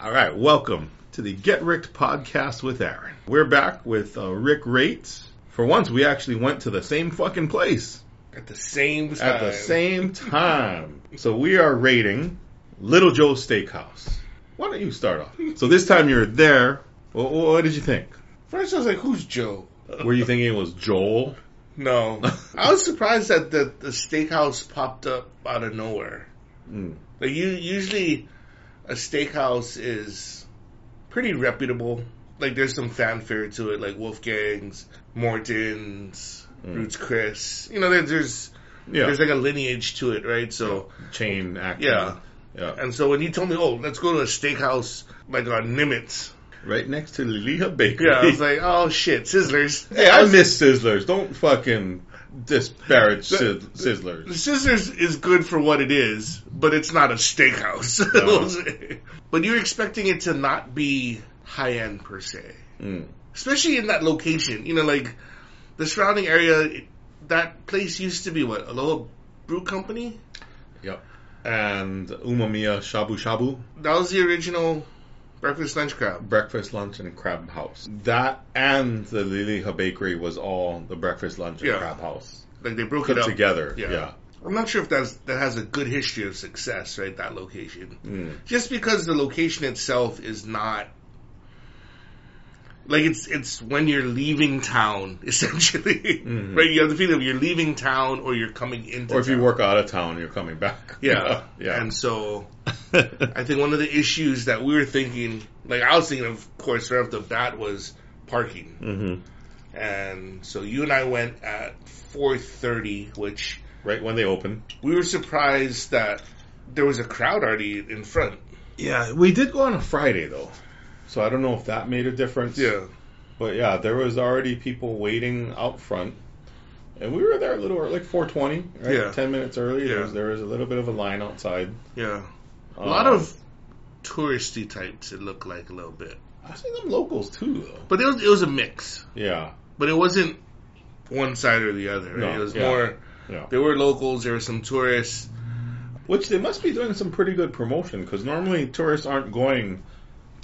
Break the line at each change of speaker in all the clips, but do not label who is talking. right, welcome to the Get Ricked podcast with Aaron. We're back with uh, Rick Rates. For once, we actually went to the same fucking place
At the same time.
at the same time. So we are rating Little Joe's Steakhouse. Why don't you start off? So this time you're there. What, what did you think?
First, I was like, "Who's Joe?"
Were you thinking it was Joel?
No, I was surprised that the, the steakhouse popped up out of nowhere.
Mm.
Like, you usually a steakhouse is pretty reputable. Like, there's some fanfare to it, like Wolfgang's, Morton's,
Mm.
Roots Chris. You know, there, there's
Yeah,
there's like a lineage to it, right? So,
chain acting.
Yeah.
yeah.
and so when you told me, "Oh, let's go to a steakhouse like on Nimitz,"
Right next to Lilia Baker.
yeah, I was like, "Oh shit, Sizzlers."
Hey, I miss Sizzlers. Don't fucking disparage Sizz-
The
Sizzlers.
Scissors is good for what it is, but it's not a steakhouse.
No.
but you're expecting it to not be high end per se,
Mm.
especially in that location. You know, like the surrounding area. it- That place used to be what Aloha Brew Company.
Yep. And Umamiya Shabu Shabu,
That was the original breakfast lunch crowd.
breakfast, lunch, and crab house. That and the Liliha Bakery was all the breakfast, lunch, and
Yeah.
crab house
Like they broke
put
it up.
together.
Yeah.
Yeah.
I'm not sure if that's that has a good history of success, right? That location.
Mm.
just because the location itself is not like it's it's when you're leaving town essentially
Mhm.
right you have the feeling of you're leaving town or you're coming into
Or if you
town.
work out of town, you're coming back.
yeah
yeah.
and so i think one of the issues that we were thinking like i was thinking of course right off the bat was parking
hmm
and so you and i went at 4.30 which
Right when they open.
we were surprised that there was a crowd already in front
Yeah, we did go on a Friday though, so I don't know if that made a difference.
yeah
But yeah, there was already people waiting out front, and we were there a little early, like 4:20, right?
Yeah.
Ten minutes early.
Yeah.
There, was, there was a little bit of a line outside.
yeah A
Um,
lot of touristy types. It looked like a little bit,
I see them locals too, though.
but it was it was a mix.
Yeah,
But it wasn't one side or the other. Right?
No,
it was
yeah,
more.
yeah.
There were locals. There were some tourists.
which they must be doing some pretty good promotion because normally tourists aren't going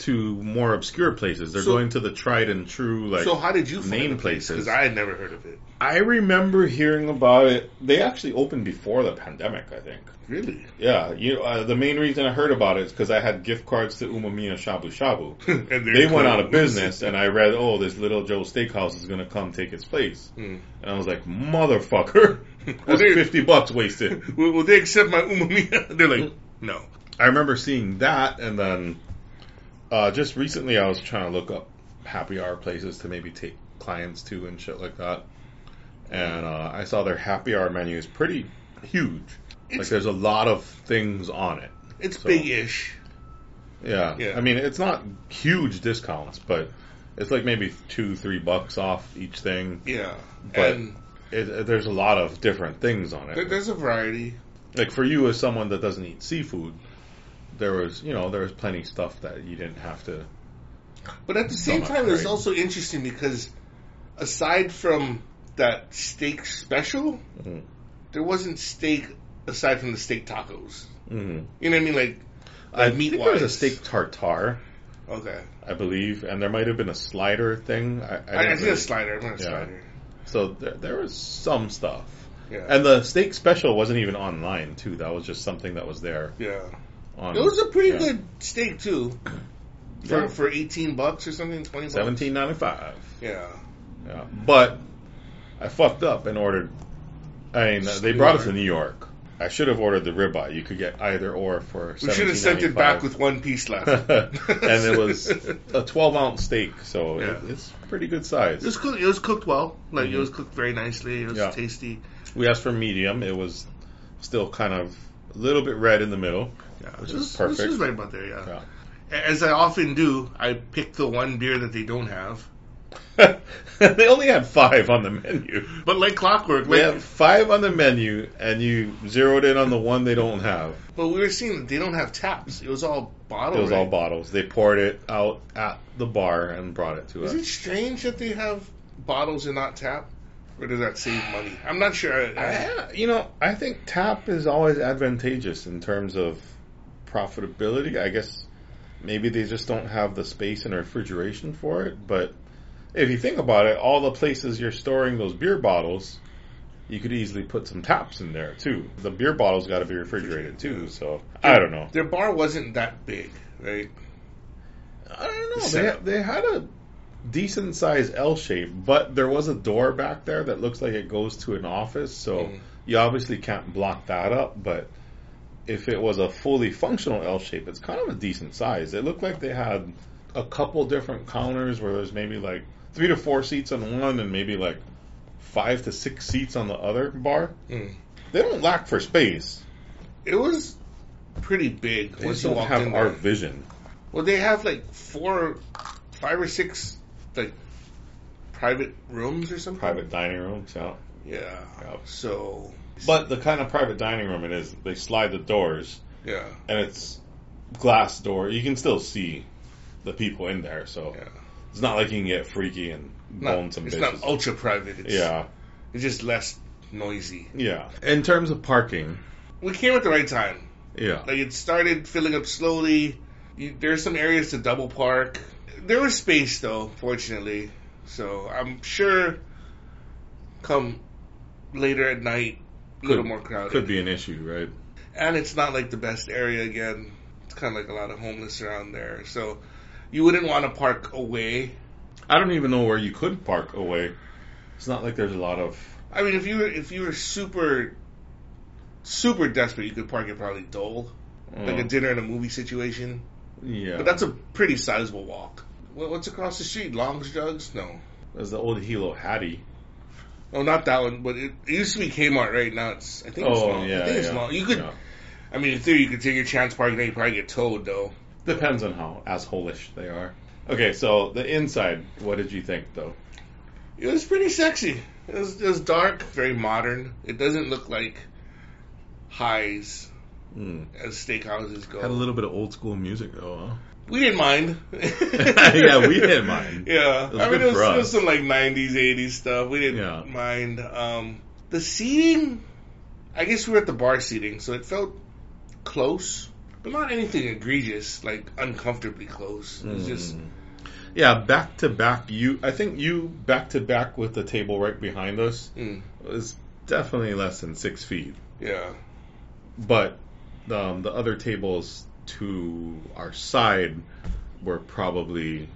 to more obscure places. They're
So-
going to the tried and true, like
so how did you find
name
the place?
places.
Because I had never heard of it.
I remember hearing about it. They actually opened before the pandemic, I think.
Really?
Yeah, you. Uh, the main reason I heard about it is because I had gift cards to Umamiya Shabu Shabu.
and
they went out of business, and I read, oh, this Little Joe Steakhouse is going to come take its place.
Hmm.
And I was like, motherfucker, that's
there-
50 bucks wasted.
Will, will they accept my umamiya? They're like, no.
I remember seeing that, and then uh, just recently I was trying to look up happy hour places to maybe take clients to and shit like that. And uh, I saw their happy hour menu is pretty huge. like,
It's
there's a lot of things on it.
it's
so-
big-ish.
Yeah.
Yeah.
I mean, it's not huge discounts, but it's like maybe two, three bucks off each thing.
Yeah.
But-
and
It, it- there's a lot of different things on
there,
it.
there's a variety.
Like for you, as someone that doesn't eat seafood, there was you know there was plenty of stuff that you didn't have to.
But at the same
Stomach,
time, it's
right.
also interesting because aside from that steak special,
Mhm.
there wasn't steak aside from the steak tacos.
Mm-hmm.
You know what I mean? Like,
I
meat
think there was a
wise.
steak tartare,
okay.
I believe, and there might have been a slider thing. I, I
I, I,
didn't
see
really-
a slider. I'm not a
Yeah.
slider.
So there, there was some stuff,
Yeah.
and the steak special wasn't even online too. That was just something that was there.
yeah.
On
It was a pretty
yeah.
good steak, too. For,
Yeah.
for 18 bucks or something? 20 bucks?
seventeen ninety five.
Yeah.
Yeah. But I fucked up and ordered. I mean, they brought it to New York. I should have ordered the ribeye. You could get either or for.
We should have sent it back with one piece left.
and it was a twelve ounce steak, so
Yeah.
it, it's pretty good size.
It was cooked. It was cooked well. Like it
Mhm.
was cooked very nicely. It was
Yeah.
tasty.
We asked for medium. It was still kind of a little bit red in the middle.
Yeah,
Which
this
is
is-
perfect.
This is right about there, yeah. A- As I often do, I pick the one beer that they don't have.
they only had five on the menu.
But like clockwork,
They
like,
have five on the menu, and you zeroed in on the one they don't have.
but we were seeing that they don't have taps. It was all bottled.
It was all bottles. They poured it out at the bar and brought it to us.
Is it strange that they have bottles and not tap? Or does that save money? I'm not sure. I, I,
I- you know, I think tap is always advantageous in terms of profitability. I guess Maybe they just don't have the space and refrigeration for it. But if you think about it, all the places you're storing those beer bottles, you could easily put some taps in there too. The beer bottles got to be refrigerated too. So I don't know.
Their bar wasn't that big, right?
I don't know.
The
They,
setup.
they had a decent sized L shape, but there was a door back there that looks like it goes to an office. So
Mhm.
you obviously can't block that up. But if it was a fully functional L shape, it's kind of a decent size. It looked like they had a couple different counters where there's maybe like three to four seats on one and maybe like five to six seats on the other bar.
Mm.
They don't lack for space.
It was pretty big.
They
once
just
you
don't
walked
have
in
our
there.
vision.
Well, they have like four, five or six like private rooms or something.
Private dining rooms, yeah.
Yeah.
Yep.
So.
But the kind of private dining room it is, they slide the doors
Yeah.
and it's glass door. You can still see the people in there, so
Yeah.
it's not like you can get freaky and
Not,
bone some
it's
bitches.
not ultra private. It's,
yeah,
It's just less noisy.
yeah. In terms of parking,
We came at the right time.
yeah,
Like it started filling up slowly. You, there's some areas to double park. There was space though, fortunately. So I'm sure, come later at night, a little
Could-
more crowded.
could be an issue, right?
And it's not like the best area again. It's kind of like a lot of homeless around there. So you wouldn't want to park away.
I don't even know where you could park away. It's not like there's a lot of
I mean, if you were if you were super super desperate, you could park at probably Dole, like a
uh,
dinner and a movie situation.
yeah.
But that's a pretty sizable walk. What- What's across the street? Long's Jugs? No.
There's the old Hilo Hattie.
No, not that one. But it, it used to be Kmart, right? Now it's I think it's
Oh
long.
yeah,
I think it's
yeah,
long. You could.
yeah.
I mean, in theory, you could take your chance parking there. You probably get towed though.
Depends on how asshole-ish they are. Okay, so the inside. What did you think though?
It was pretty sexy. It was, it was dark, very modern. It doesn't look like highs
Hmm.
as steakhouses go.
Had a little bit of old school music though. Huh?
we didn't mind.
Yeah, we didn't mind.
Yeah,
It was
I mean,
good
it was,
for
it was
us.
some like '90s, '80s stuff. We didn't
Yeah.
mind. Um, the seating, I guess we were at the bar seating, so it felt close, but not anything egregious, like uncomfortably close. It was just
Mm. yeah, back to back. You, I think you back to back with the table right behind us
mm,
was definitely less than six feet,
yeah,
but um, the other tables to our side were probably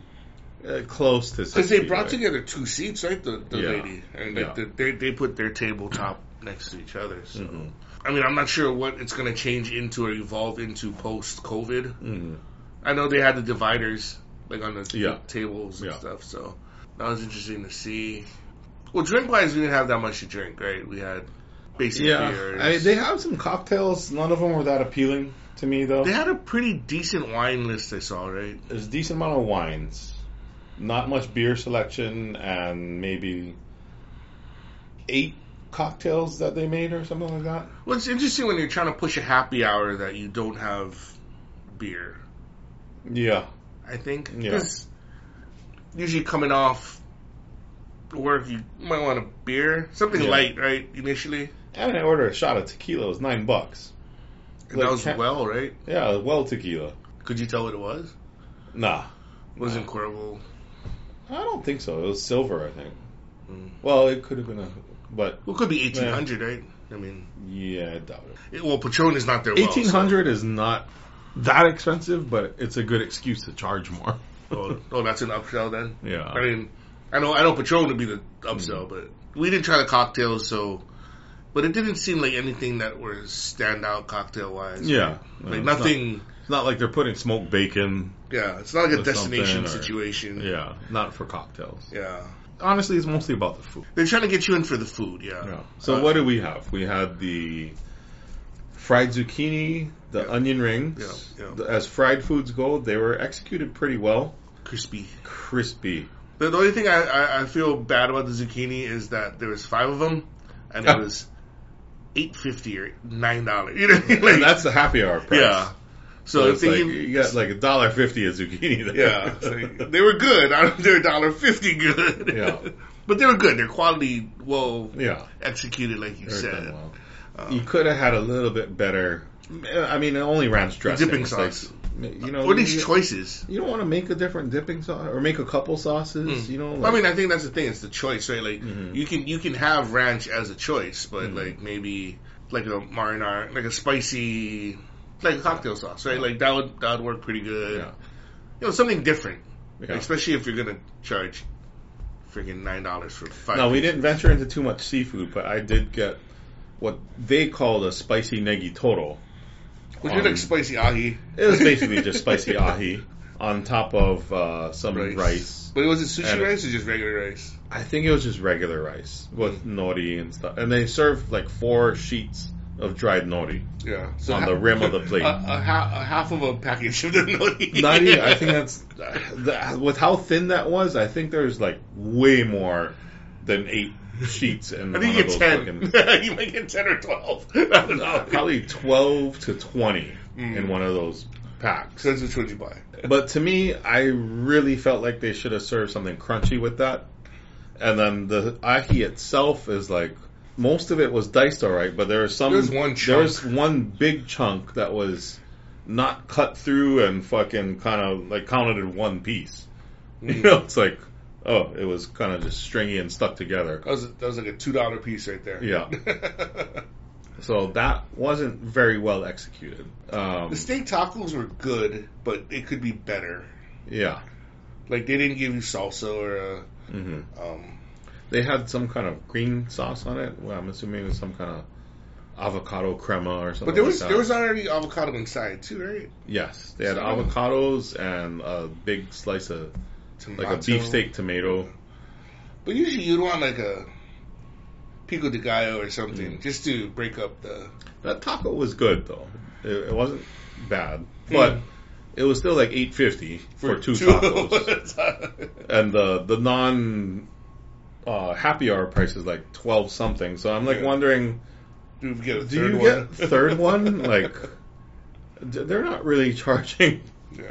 uh, close to
because
six.
they
feet,
brought
right?
together two seats, right? The the
Yeah.
lady and like
Yeah.
the, they they put their tabletop next to each other. So
Mhm.
I mean, I'm not sure what it's going to change into or evolve into post COVID.
Mhm.
I know they had the dividers like on the
Yeah.
tables and
Yeah.
stuff, so that was interesting to see. Well, drink wise, we didn't have that much to drink, right? We had basic
Yeah,
beers.
I, they have some cocktails. None of them were that appealing to me though.
They had a pretty decent wine list I saw, right?
there's a decent amount of wines, not much beer selection, and maybe eight cocktails that they made or something like that.
Well, it's interesting when you're trying to push a happy hour that you don't have beer.
Yeah,
I think
Yeah.
'Cause usually coming off work, you might want a beer, something
Yeah.
light, right? Initially,
and I ordered a shot of tequila. It was nine bucks.
and
Like
that was
ca-
well, right?
Yeah, well tequila.
Could you tell what it was?
Nah, Uh,
Wasn't Cuervo?
I don't think so. It was silver, I think.
Mm.
Well, it could have been a, but
Well, it could be 1800, right? I mean,
yeah, I doubt it.
it, well, Patron is not their well, so-
Eighteen hundred is not that expensive, but it's a good excuse to charge more.
oh, oh, that's an upsell then. I
yeah,
mean, I know I know Patron would be the
Mm.
upsell, but we didn't try the cocktails, so. But it didn't seem like anything that was standout cocktail wise.
yeah.
Like
It's not-
nothing.
It's not like they're putting smoked bacon.
yeah, it's not like a
With
destination
something or-
situation.
Yeah, not for cocktails.
Yeah.
Honestly, it's mostly about the food.
They're trying to get you in for the food, yeah.
So
Uh,
what do we have? We had the fried zucchini, the
Yeah.
onion rings.
Yeah, yeah.
The- As fried foods go, they were executed pretty well,
Crispy.
crispy.
The, the only thing I, I, I feel bad about the zucchini is that there was five of them, and it was eight fifty or nine dollars. You know, what I mean?
and that's the happy hour price.
yeah. So,
So
if
it's
they
like,
give-
you got like a dollar fifty a zucchini. There.
yeah, it's like, they were good. I don't, they're dollar fifty good.
Yeah.
but they were good. They're quality, well
yeah.
executed, like you
they were
said.
done well.
Uh,
you could have had a little bit better. eh, I mean, it only ranch dressing.
dipping
It's like-
sauce.
You know,
Or these
you,
choices.
you don't want to make a different dipping sauce or make a couple sauces.
Mm.
You know,
I mean, I think that's the thing. It's the choice, right? Like
Mhm.
you can you can have ranch as a choice, but
Mhm.
like maybe like a marinara, like a spicy, like a cocktail sauce, right? Like that would that would work pretty good.
Yeah.
You know, something different,
yeah.
especially if you're gonna charge freaking nine dollars for five.
No, we didn't venture into too much seafood, but I did get what they called a spicy negi toro.
Would you
um,
like spicy ahi?
It was basically just spicy ahi on top of uh, some rice.
But it was it sushi
And-
rice or just regular rice?
I think it was just regular rice with
Mm.
nori and stuff. And they served like four sheets of dried nori.
Yeah.
On the rim of the plate.
a, a, ha- a half of a package of the nori.
Not even, I think that's, that, with how thin that was, I think there's like way more than eight sheets in
I
one
think you
of those
get ten.
fucking-
you might get ten or twelve. I don't know.
probably 12 to 20
Mm.
in one of those packs.
Depends which one you buy.
But to me, I really felt like they should have served something crunchy with that. And then the ahi itself is like most of it was diced all right, but there was some
There's one chunk.
there was one big chunk that was not cut through and fucking kind of like counted in one piece. You
Mm.
know, it's like oh, it was kind of just stringy and stuck together.
That was, that was like a two dollar piece right there.
Yeah.
the
So that wasn't very well executed. Um,
steak tacos were good, but it could be better.
yeah.
Like they didn't give you salsa or
hmm
a, um,
They had some kind of green sauce on it. Well, I'm assuming it was some kind of avocado crema or something.
but there
like
was
that.
there was already avocado inside too, right?
yes, they had
So-
avocados and a big slice of like a
Tomato.
beefsteak tomato.
But usually you'd want like a pico de gallo or something
Mm.
just to break up the.
That taco was good though. It, it wasn't bad, but
Mm.
it was still like 8.50 for, two, tacos, and the the non uh, happy hour price is like 12 something. So I'm like
Yeah.
wondering.
Do you get a third
Do you
one?
get third one? Like, d- they're not really charging
yeah.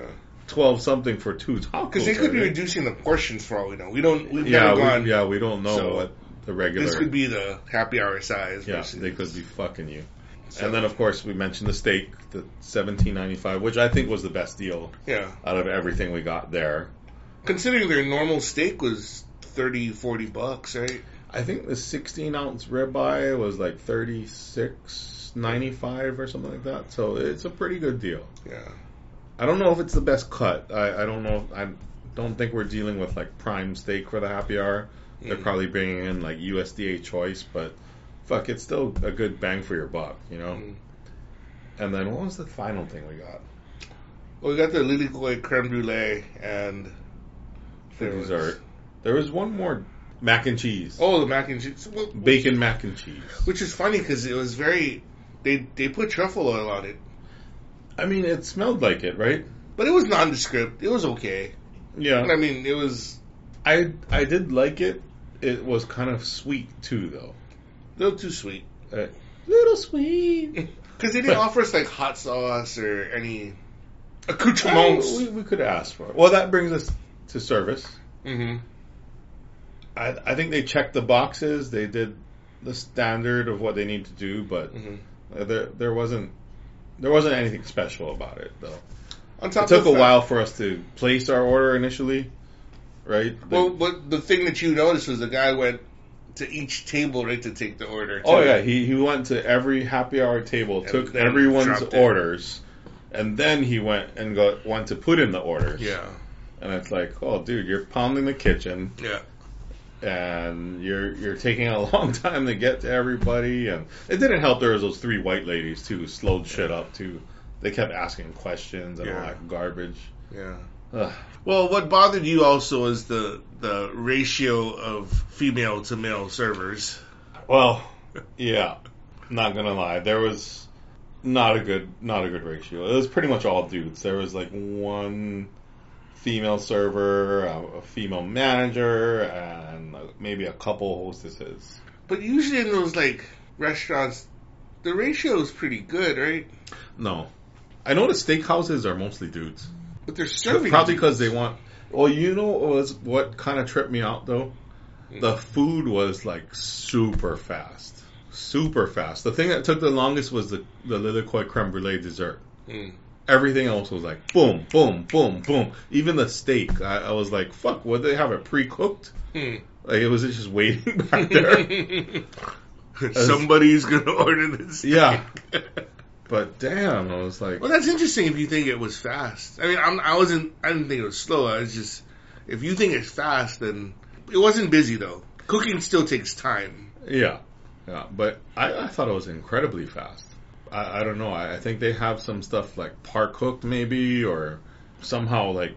twelve something for two tacos.
Because they could be
are
reducing the portions for all we know. We don't. We've
Yeah,
never
we,
gone.
yeah, we don't know
So,
what the regular.
This could be the happy hour size.
yeah,
versus-
they could be fucking you.
so,
And then of course we mentioned the steak, the seventeen ninety five, which I think was the best deal
yeah,
out of everything we got there.
considering their normal steak was 30, 40 bucks, right?
I think the sixteen ounce ribeye was like thirty six ninety five or something like that. So it's a pretty good deal.
Yeah.
I don't know if it's the best cut. I, I don't know. I don't think we're dealing with like prime steak for the happy hour. They're
Mm.
probably bringing in like USDA choice, but fuck, it's still a good bang for your buck, you know.
Mm.
And then what was the final thing we got
Well, we got the Lily Goy creme brulee and
for
there was-
dessert? There was one more mac and cheese,
Oh, the mac and cheese, Well,
bacon mac and cheese.
which is funny because it was very. They they put truffle oil on it,
I mean, it smelled like it, right?
but it was nondescript. It was okay.
Yeah,
But I mean, it was
I I did like it. It was kind of sweet too, though.
a little too sweet
Little sweet.
because they didn't offer us like hot sauce or any accoutrements.
we, we could ask for it. Well, that brings us to service.
Mm-hmm.
I, I think they checked the boxes. They did the standard of what they need to do, but
Mhm.
uh, there there wasn't there wasn't anything special about it though.
On
It took a while for us to place our order initially, right? The-
Well, but the thing that you noticed was the guy went to each table right to take the order.
oh
too.
yeah, he he went to every happy hour table,
And
took
then
everyone's
dropped it.
orders, and then he went and got went to put in the orders.
yeah,
and it's like, oh dude, you're pounding the kitchen.
yeah.
and you're you're taking a long time to get to everybody and it didn't help there was those three white ladies too who slowed shit up too they kept asking questions and all
Yeah.
that garbage
Yeah.
Ugh.
Well, what bothered you also is the the ratio of female to male servers.
well yeah not gonna lie there was not a good not a good ratio it was pretty much all dudes there was like one female server a, a female manager and maybe a couple hostesses
But usually in those like restaurants, the ratio is pretty good, right?
no i noticed steakhouses are mostly dudes
But they're serving
Probably because they want. Well, you know what was what kind of tripped me out though?
Mm.
The food was like super fast, super fast. The thing that took the longest was the the Lilikoi creme brulee dessert.
Mm.
Everything else was like boom, boom, boom, boom. Even the steak, I, I was like, fuck, would they have it pre cooked?
Hmm.
Like it was just waiting back there.
Somebody's gonna order this.
Mm. yeah,
well,
but damn, I was like,
that's interesting. If you think it was fast, I mean, I'm, I wasn't. I didn't think it was slow. I was just, if you think it's fast, then it wasn't busy though. Cooking still takes time.
yeah, yeah. But I, I thought it was incredibly fast. I, I don't know. I, I think they have some stuff like par cooked maybe, or somehow like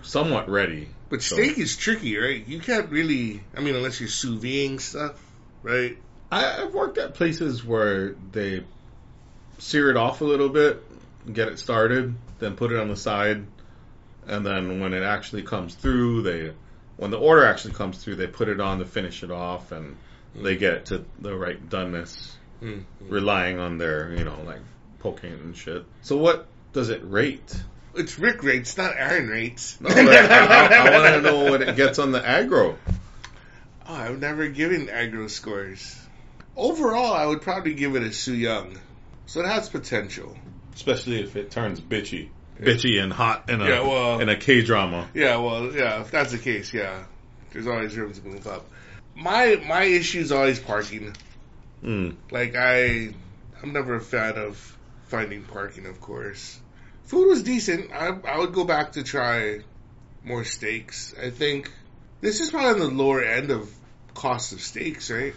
somewhat ready.
But
So-
steak is tricky, right? You can't really. I mean, unless you're sous videing stuff, right?
I, I've worked at places where they sear it off a little bit, get it started, then put it on the side, and then when it actually comes through, they when the order actually comes through, they put it on to finish it off, and they get it to the right doneness, relying on their you know like poking it and shit. So what does it rate?
It's Rick rates, not Aaron rates.
No, but I, I want to know when it gets on the aggro.
Oh, I've never given aggro scores. Overall, I would probably give it a Su Young. So it has potential.
Especially if it turns bitchy, bitchy and hot in a
Yeah, well-
in a K drama.
Yeah, well, yeah, if that's the case, yeah. There's always room to move up. My my issue is always parking.
Mm.
Like I I'm never a fan of finding parking, of course. Food was decent. I I would go back to try more steaks. I think this is probably on the lower end of cost of steaks, right?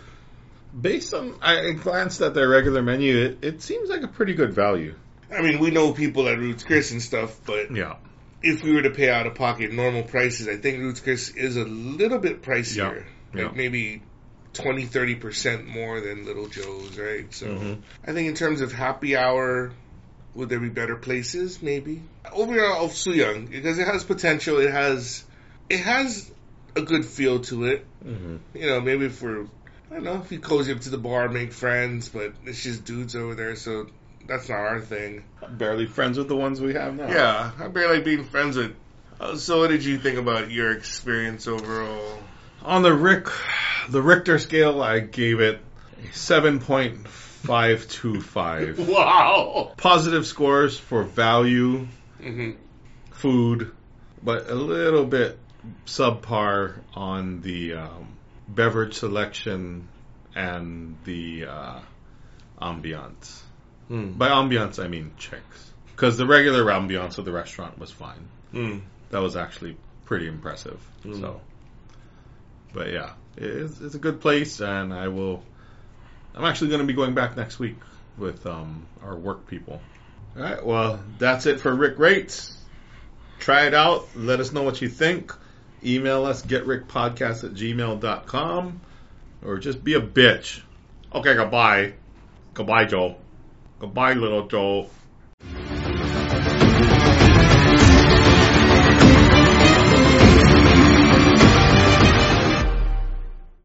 Based on I glanced at their regular menu, it, it seems like a pretty good value.
I mean, we know people at Roots Chris and stuff, but
Yeah,
if we were to pay out of pocket normal prices, I think Roots Chris is a little bit pricier.
Yeah,
Like
yeah.
maybe 20, 30% more than Little Joe's, right? So
Mhm.
I think in terms of happy hour, would there be better places? Maybe. Overall, of Suyang, because it has potential, it has, it has a good feel to it.
hmm
You know, maybe if we're, I don't know, if you cozy up to the bar, make friends, but it's just dudes over there, so that's not our thing.
barely friends with the ones we have now.
Yeah, I barely like being friends with. Uh, so, what did you think about your experience overall?
On the Rick, the Richter scale, I gave it seven point five two five.
Wow.
Positive scores for value,
hmm
food, but a little bit subpar on the um, beverage selection and the uh, ambiance.
Hmm.
By ambiance, I mean chicks. Because the regular ambiance of the restaurant was fine.
hmm.
That was actually pretty impressive.
Mm.
So, but yeah, it's, it's a good place, and I will. I'm actually going to be going back next week with um, our work people. All right. Well, that's it for Rick Rates. Try it out. Let us know what you think. Email us getrickpodcast at gmail.com or just be a bitch. Okay, goodbye. Goodbye, Joe. Goodbye, little Joe.